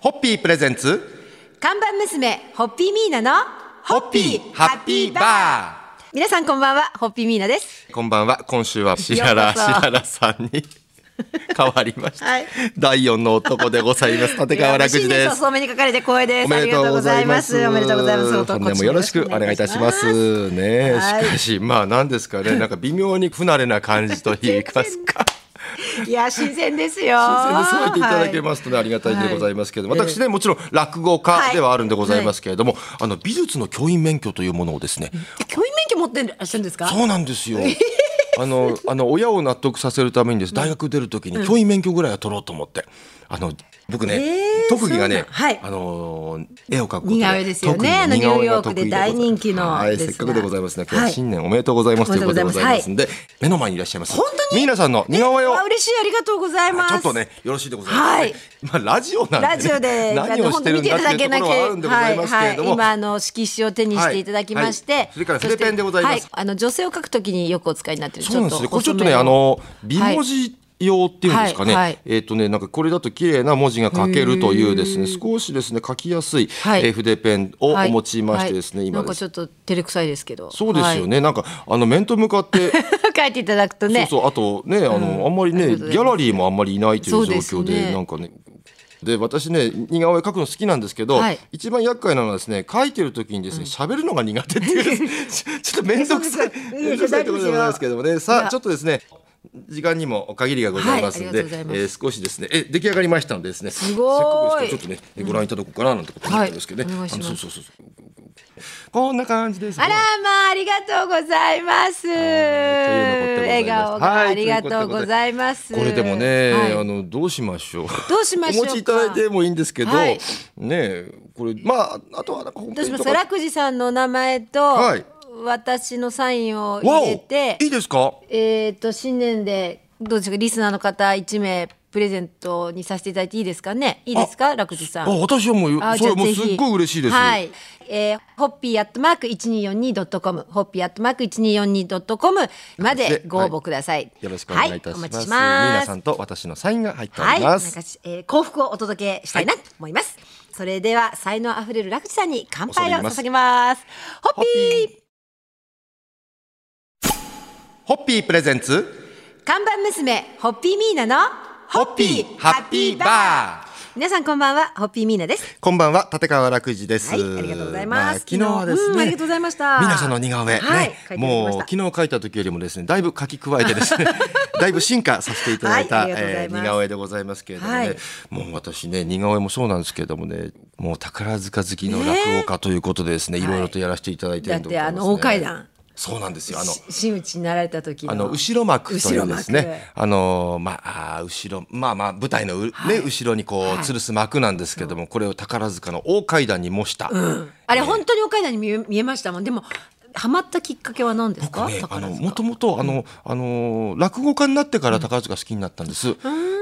ホッピープレゼンツ看板娘ホッピーミーナのホッピーハッピーバー皆さんこんばんはホッピーミーナですこんばんは今週はシアラようこそシアラさん に変わりました、はい第四の男でございます立川楽寺いや新で年す早々お目にかかれて光栄ですおめでとうございます。ありがとうございますおめでとうございます本年もよろしくお願いいたします。ねえ、しはいかし、まあ、なんですか ね、なんか微妙に不慣れな感じと言い ますか。いや新鮮ですよ新鮮にそう言っていただけすますとね、ありがたいでございますけれども、はい私ね、もちろん落語家ではあるんでございますけれども、あの美術の教員免許というものをですね、教員免許持ってらっしゃるんですかそうなんですよ。あのあの親を納得させるためにです大学出るときに教員免許ぐらいは取ろうと思って、あの僕ね、えー特技がそうね、なんはいあのー絵を描くこと似顔絵ですよね特にあの似顔絵がニューヨークで得意ございます大人気のはい、でせすがっかくでございますね今日ははい新年おめでとうございます、おめとでいうことうとでごござざいますいますんで、目の前にいらっしゃいます本当にミーナさんの似顔絵をあ嬉しいありがとうございますちょっとねよろしいでございます、はいまあラジオなんで、ね、ラジオで何をしてるんだっていうところはあるんでございますけれども、はいはい、今あの色紙を手にしていただきまして、はいはいそれから筆ペンでございますそしてはい、あの女性を書くときによくお使いになってるそうなんですよ。これちょっと細めね、あの美文字用っていうんですかね。はいはいえっ、とね、なんかこれだと綺麗な文字が書けるというですね、少しですね書きやすい、はいえー筆ペンをはい用いましてですね、はい今なんでかす。ちょっと照れくさいですけどそうですよね。なんかあの面と向かって。はい 書いていただくとねそうそうあとねあの、あんまりありねがギとうございますャラリーもあんまりいないという状況でそうですねなんかねで私ね似顔絵描くの好きなんですけど、はい一番厄介なのはですね描いてる時にですね喋、るのが苦手っていう ちょちょっと面倒くさいそうですよ面倒くさいところでございますけどもねいさあやちょっとですね時間にも限りがございますので、はいありがとうございえー少しですねえ出来上がりましたのでですねすごせいっかくですからちょっとねご覧いただこうかななんてこと思ってるんですけどね、はいお願いしますあのそうそうそうこんな感じですあらまあありがとうございます笑顔がありがとうございますこれでもね、はいあのどうしましょう。どうしましょうおか持ちいただいてもいいんですけど、はいねこれまああとはなんか本ど当うしにまとすかか楽寺さんの名前と、はい私のサインをわ入れておいいですか。えっ、と新年でどうでしょうかリスナーの方1名プレゼントにさせていただいていいですかねいいですか楽寺さあん私はもうあそじれゃあもうぜすひっごい嬉しいです。はい。えー、ホッピーアットマーク 1242.com、ホッピーアットマーク 1242.com までご応募ください。よろしくお願いいたしはまおす。待ちしミーまナすさ。んと私のサインが入っておはい、りまなんかす。えー幸福をお届けしたいなと思います。それでは才能あふれる楽地さんに乾杯を捧げます。ホッピーホッピープレゼンツ看板娘ホッピーミーナのホッピーハッピーバー。皆さんこんばんはホッピーミーナです。こんばんは立川楽寺です。はい、ありがとうございあます。昨日はですうんね。ありがとうございました。皆さんの似顔絵、はいね、書いていただきましたもう昨日描いた時よりもですねだいぶ書き加えてです ねだいぶ進化させていただいた、はいありがとうございます似顔絵でございますけれどもね、はいもう私ね似顔絵もそうなんですけれどもねもう宝塚好きの落語家ということでですね、いろいろとやらせていただいてだるっんでごてざいまあす、ね、の大階段そうなんですよあのし真打ちになられた時のあの後ろ幕というです後ろね幕、あのまああー後ろまあまあ舞台のう、ね後ろにこう、吊るす幕なんですけれども、これを宝塚の大階段に模した、あれ本当に大階段に見え見えましたもん。でもハマったきっかけは何ですか？僕ね、あ宝の、塚もともと、あの、あの、落語家になってから宝塚好きになったんです。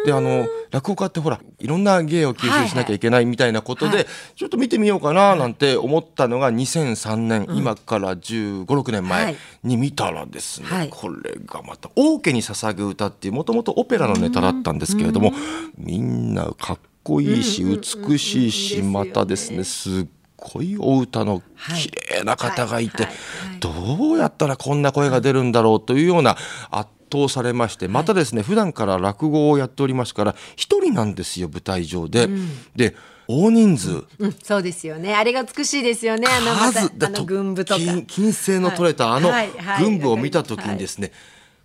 で、あの、落語家ってほら、いろんな芸を吸収しなきゃいけないみたいなことはいはで、ちょっと見てみようかななんて思ったのが2003年、今から15、6年は前いに見たらですね、はいこれがまた、王家に捧ぐ歌っていう、もともとオペラのネタだったんですけれども、みんなかっこいいし、美しいし、うんうんまうんたですね、すっごいお歌の綺麗な方がいて、はいはいはいはいどうやったらこんな声が出るんだろうというような圧倒されましてまたですね、普段から落語をやっておりますから一人なんですよ舞台上で。で大人数、うん、そうですよね。あれが美しいですよね。あの、また、数だあのと群舞とか。金金星の取れたあのはいはい群舞を見た時にですね、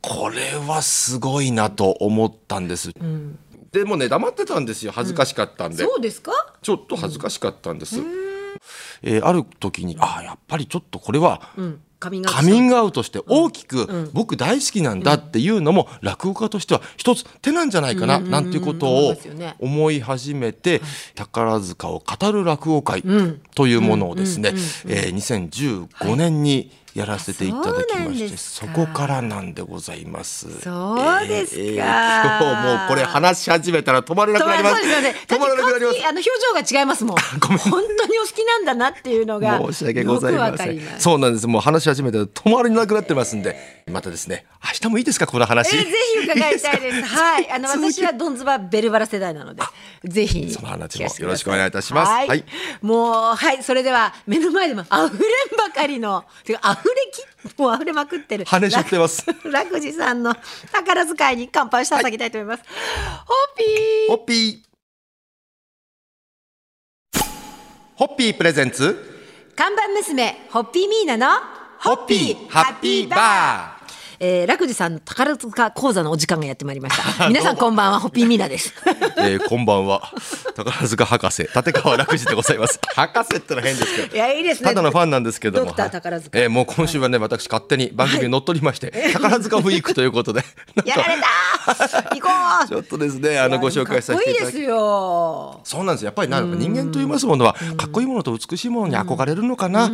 これはすごいなと思ったんです。でもね黙ってたんですよ恥ずかしかったんで。そうですか。ちょっと恥ずかしかったんです。えーある時にああやっぱりちょっとこれはうん、カミングアウトカミングアウトして大きく僕大好きなんだっていうのも落語家としては一つ手なんじゃないかななんていうこと思いをますよね思い始めて宝塚を語る落語会というものをですねえー2015年にやらせていただきましてそそうなんでこすかからなんでございますそうですえかーえー今日もうこれ話し始めたら止まらな止くまなりらますそうですよね。止まらなくなりまだって顔つきあの表情が違い ますもん。本当にお好きなんだなっていうのがす申し訳ございよくまわせかりんます。そうなんですもう話し始めたら止まらなくなってますんでまたですね明日もいいですかこの話、えーぜひ伺いたいです。 はい、あの続き私はドンズバベルバラ世代なので、ぜひその話もよろしくお願いいたしますはい、はいもうはい、それでは目の前でも溢れんばかりの、てか溢れきもう溢れまくってる。跳ねちゃってます楽。楽寺さんの宝遣いに乾杯していただきたいと思います。ホッピー。ホッピーホッピープレゼンツ看板娘ホッピーミーナのホッピーハッピーバーえー、楽寺さんの宝塚講座のお時間がやってまいりました。皆さんこんばんは、ホッピーミーナ です。えー、こんばんは宝塚博士立川楽寺でございます博士ってのは変ですけどいやいいですねただのファンなんですけどもドクター宝塚はいえーもう今週はね私勝手に番組に乗っ取りまして、宝塚ウィークという ことでやられ たー行こうちょっとですねあのご紹介させていただきかっこいいですよ。そうなんですやっぱりなんか人間と言いますものはかっこいいものと美しいものに憧れるのかな、あ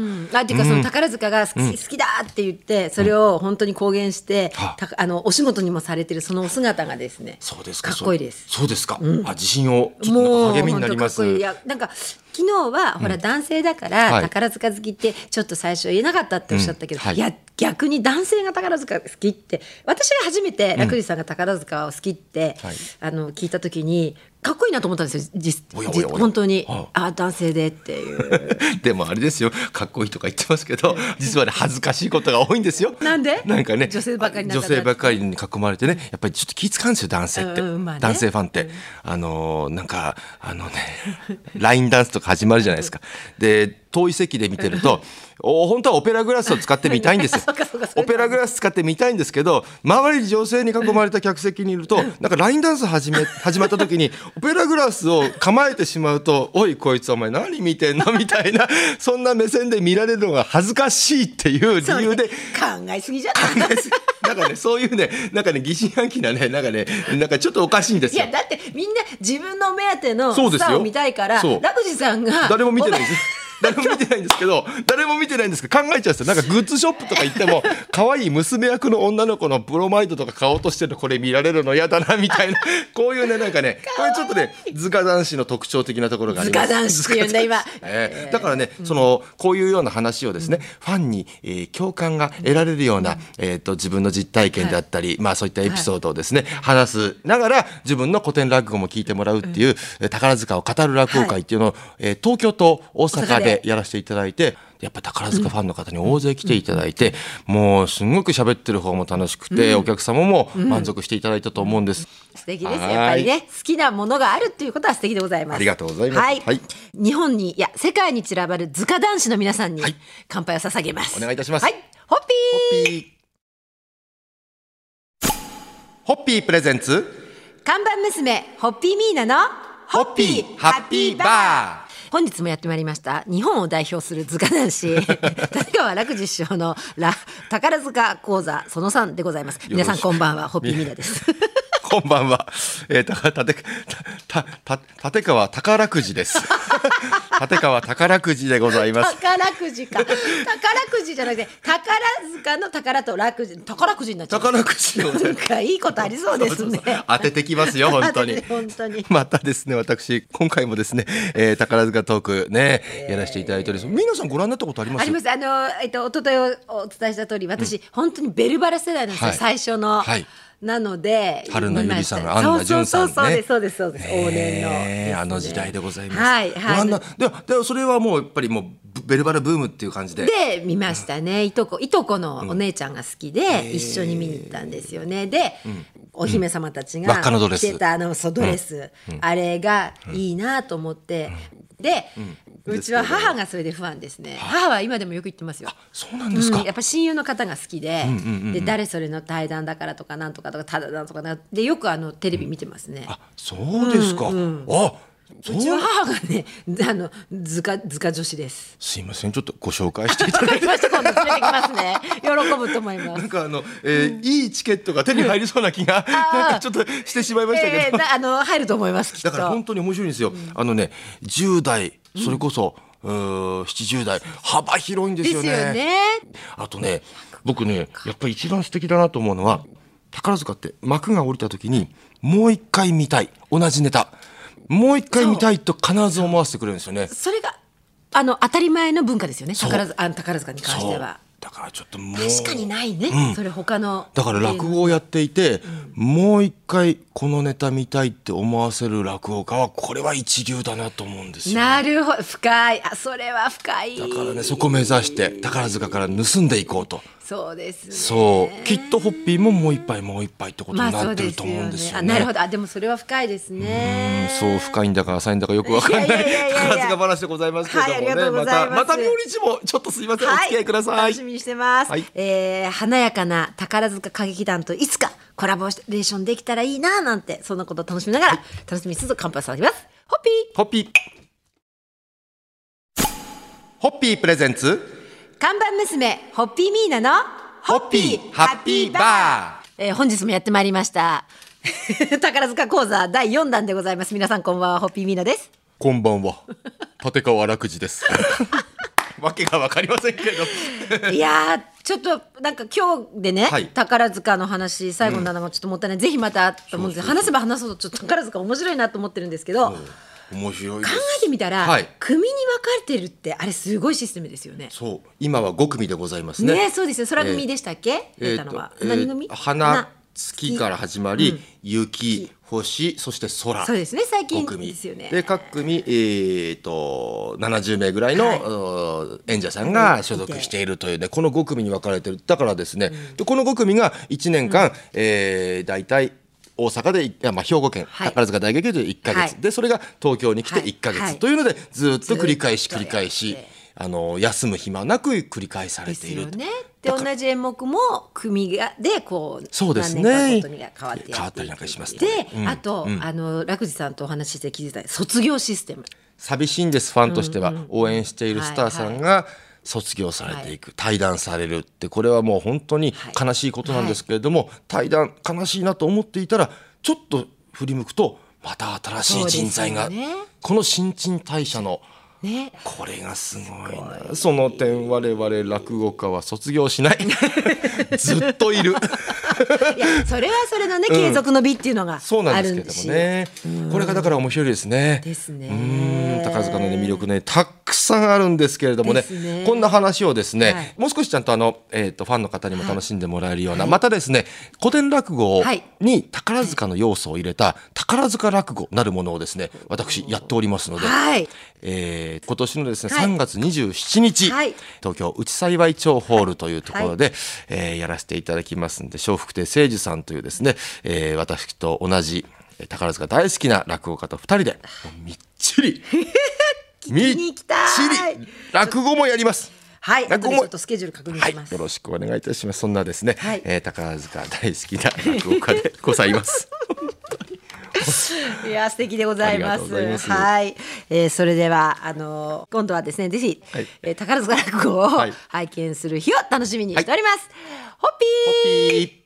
っていうかその宝塚が好き,、好きだって言ってそれを本当に公言して、はたあのお仕事にもされてるそのお姿がですねそうですかっこいいです。そうそうですか、あ自信をちょっもとなんかう励みになりま本当かっこいいいすやなんか昨日はほら男性だから、はい宝塚好きってちょっと最初言えなかったっておっしゃったけど、うんはいいや逆に男性が宝塚好きって私が初めて楽寺さんが宝塚を好きって、はいあの聞いた時にかっこいいなと思ったんですよ実おやおやおや実本当にはあ男性でっていうでもあれですよかっこいいとか言ってますけ ど実はね恥ずかしいことが多いんですよなんでなんかね女性ばっかりなん女だ性ばっかりに囲まれてねやっぱりちょっと気使うんですよ男性って、うんうんまあね男性ファンって、あのーなんかあのね ラインダンスとか始まるじゃないですかで遠い席で見てるとお本当はオペラグラスを使ってみたいんですよ そうかそうかそうかオペラグラス使ってみたいんですけど周りに女性に囲まれた客席にいるとなんかラインダンス始め始まった時にオペラグラスを構えてしまうと「おいこいつお前何見てんの?」みたいなそんな目線で見られるのが恥ずかしいっていう 理由でそれ考えす ぎじゃないなんかね、そういうね、なんかね、疑心暗鬼なね、なんかね、なんかちょっとおかしいんですいよや。だってみんな自分の目当てのそうでスすよターを見たいからそう楽寺さんが誰も見てないんおで前す。 誰も見てないんですけど、誰も見てないんですけど、考えちゃうんですよ。なんかグッズショップとか行っても、可愛い娘役の女の子のブロマイドとか買おうとしてるの、これ見られるの嫌だな、みたい な。こういうね、なんかね、これちょっとね、図画男子の特徴的なところがあります。図画男子って言うんだ今図画男子ええだからね、その、こういうような話をですね、ファンに、えー共感が得られるような、えっと、自分の実体験であったり、まあそういったエピソードをですね、話すながら、自分の古典落語も聞いてもらうっていう、えー宝塚を語る落語会っていうのを、えー東京と大大阪阪ででやらせていただいてやっぱ宝塚ファンの方に大勢来ていただいて、もうすんごく喋ってる方も楽しくて、お客様も満足していただいたと思うんです、素敵ですやっぱりね好きなものがあるっていうことは素敵でございますありがとうございますはい、はい日本にいや世界に散らばる図鑑男子の皆さんに乾杯を捧げます、お願いいたしますはいホッピホッーピーホッピープレゼンツ看板娘ホッピーミーナのホッピーハッピーバー本日もやってまいりました日本を代表する図鑑男子立川楽寿師匠のラ宝塚講座その3でございます皆さんこんばんはホッピーミーナです こんばんは、えー、たたてたたた立川宝くじです 立川宝くじでございます 宝くじか宝くじじゃなくて宝塚の宝と楽寿宝くじになっちゃう 宝くじでございますなんかいいことありそうですね 当ててきます よ本当に本当にまたですね私今回もですね、えー宝塚トークね、やらせていただいております皆さんご覧になったことありますあります。あの、えっと、一昨日おお伝えした通り、私、本当にベルバラ世代なんですよ、はい最初の。はいなので。春菜見まゆりしたさんアンナそうそうそうそうジュンさんねそうです、そうです、そうです。往年のですえね。ーあの時代でございます、はい、ご覧は。ないではではそれはもうやっぱりもうベルバラブームっていう感じでで見ましたねいとこいとこのお姉ちゃんが好きで一緒に見に行ったんですよねでお姫様たち輪がっかのドレ着スてたあのそうドレスあれがいいなと思ってでうちは母がそれで不安ですね母は今でもよく言ってますよそうなんですか、うんやっぱ親友の方が好きで,、で誰それの対談だからとかなんとかとかただなんとかなでよくあのテレビ見てますね。あそうですか、あそううちの母がねあの図鑑図鑑女子です。すいませんちょっとご紹介していただいわかりました今度連れてきますね。喜ぶと思いまて なすん。かあの、えーいいチケットが手に入りそうな気がなんかちょっとしてしまいましたけど、えーなあの入ると思いますきっだからと本。当に面白いんですよ。あのね、10代、それこそ、うー70代幅広いんですですよよねね。あとね僕ねやっぱり一番素敵だなと思うのは宝塚って幕が降りた時にもう一回見たい同じネタもう一回見たいと必ず思わせてくれるんですよね。それがあの当たり前の文化ですよね。う宝塚あの宝塚に関してそうはだからちょっともう確かにないね。それ他のだから落語をやっていて、もう一回このネタ見たいって思わせる落語家はこれは一流だなと思うんですよ。なるほど深いあそれは深い。だからねそこ目指して宝塚から盗んでいこうとそうですね。そうきっとホッピーももう一杯もう一杯ってことまにあそなうってでるすとよ思うんねで。すよあね。なるほどあでもそれは深いですね。そう深いんだか浅いんだかよくわかんないいやいやいやいや宝塚話でございますけれどもね、はいありがとうございますまたまた明日もちょっとすいません、お付き合いくださ楽いしみにしてます。はいえー華やかな宝塚歌劇団といつかコラボレーションできたらいいななんて、そんなことを楽しみながら、楽しみにしつつ乾杯させていただきます。ホッピーホッピーホッピープレゼンツ看板娘、ホッピーミーナの、ホッピーハッピーバーえー本日もやってまいりました。 宝塚講座第4弾でございます。皆さんこんばんは、ホッピーミーナ です。こんばんは立川楽寺です わけがわかりませんけどいやーちょっとなんか今日でね、はい宝塚の話最後なのもちょっともったいない、ぜひまたと思うんですけど話せば話そうとちょっと宝塚面白いなと思ってるんですけど、考面白いでえてみたら、はい組に分かれてるってあれすごいシステムですよね。そう今は5組でございますねねそうですよ空組でしたっけ、え出ーたとのは、えー何組花月から始まり、雪星そして空そうですね最5近組ですよねで各組、えー、と70名ぐらいの、はいお演者さんが所属しているというねこの5組に分かれてるだからですね、でこの5組が1年間、えー大体大阪でいや、まあ、兵庫県、はい宝塚大劇場で1か月、はいでそれが東京に来て1か月、はいというのでずっと繰り返しずっ繰りとやって返しあの休む暇なく繰り返さでれてすいるよとね。で同じ演目も組がでこうそうですね何年かごとに変わってやっていく変わったりなんかしますねで、うんあと、あの楽寺さんとお話しして気づいた卒業システム。寂しいんですファンとしては、応援しているスターさんが卒業されていく、退団されるってこれはもう本当にはい悲しいことなんですけれども、退団悲しいなと思っていたらちょっと振り向くとまた新しい人材が、そうですよねこの新陳代謝の ね、これがすごいなその点我々落語家は卒業しない ずっといる。いやそれはそれのね継続の美っていうのがあるし、そうなんですけれどもね。これがだから面白いですね。ですねうん宝塚の、ね、魅力ね、たくさんあるんですけれどもねです、ねこんな話をですね、はいもう少しちゃんとあの、えっ、と、ファンの方にも楽しんでもらえるような、またですね、古典落語はいに宝塚の要素を入れた、宝塚落語なるものをですね、私やっておりますので、はいえー今年のですね、はい3月27日、はい東京内幸町ホールというところで、えーやらせていただきますんで笑福亭誠司さんというですね、えー私と同じえー宝塚大好きな落語家と2人でもうみっち りみっに行きちたいり落語もやります。はい落語後でもちょっとスケジュール確認はい、します、よろしくお願いいたします。そんなですね、はいえー宝塚大好きな落語家でござい ます。いや素敵でございまありがとうす。ございますはい、えーそれではあのー今度はですねぜひ、はいえー宝塚落語をはい拝見する日を楽しみにしております。ホッピーピー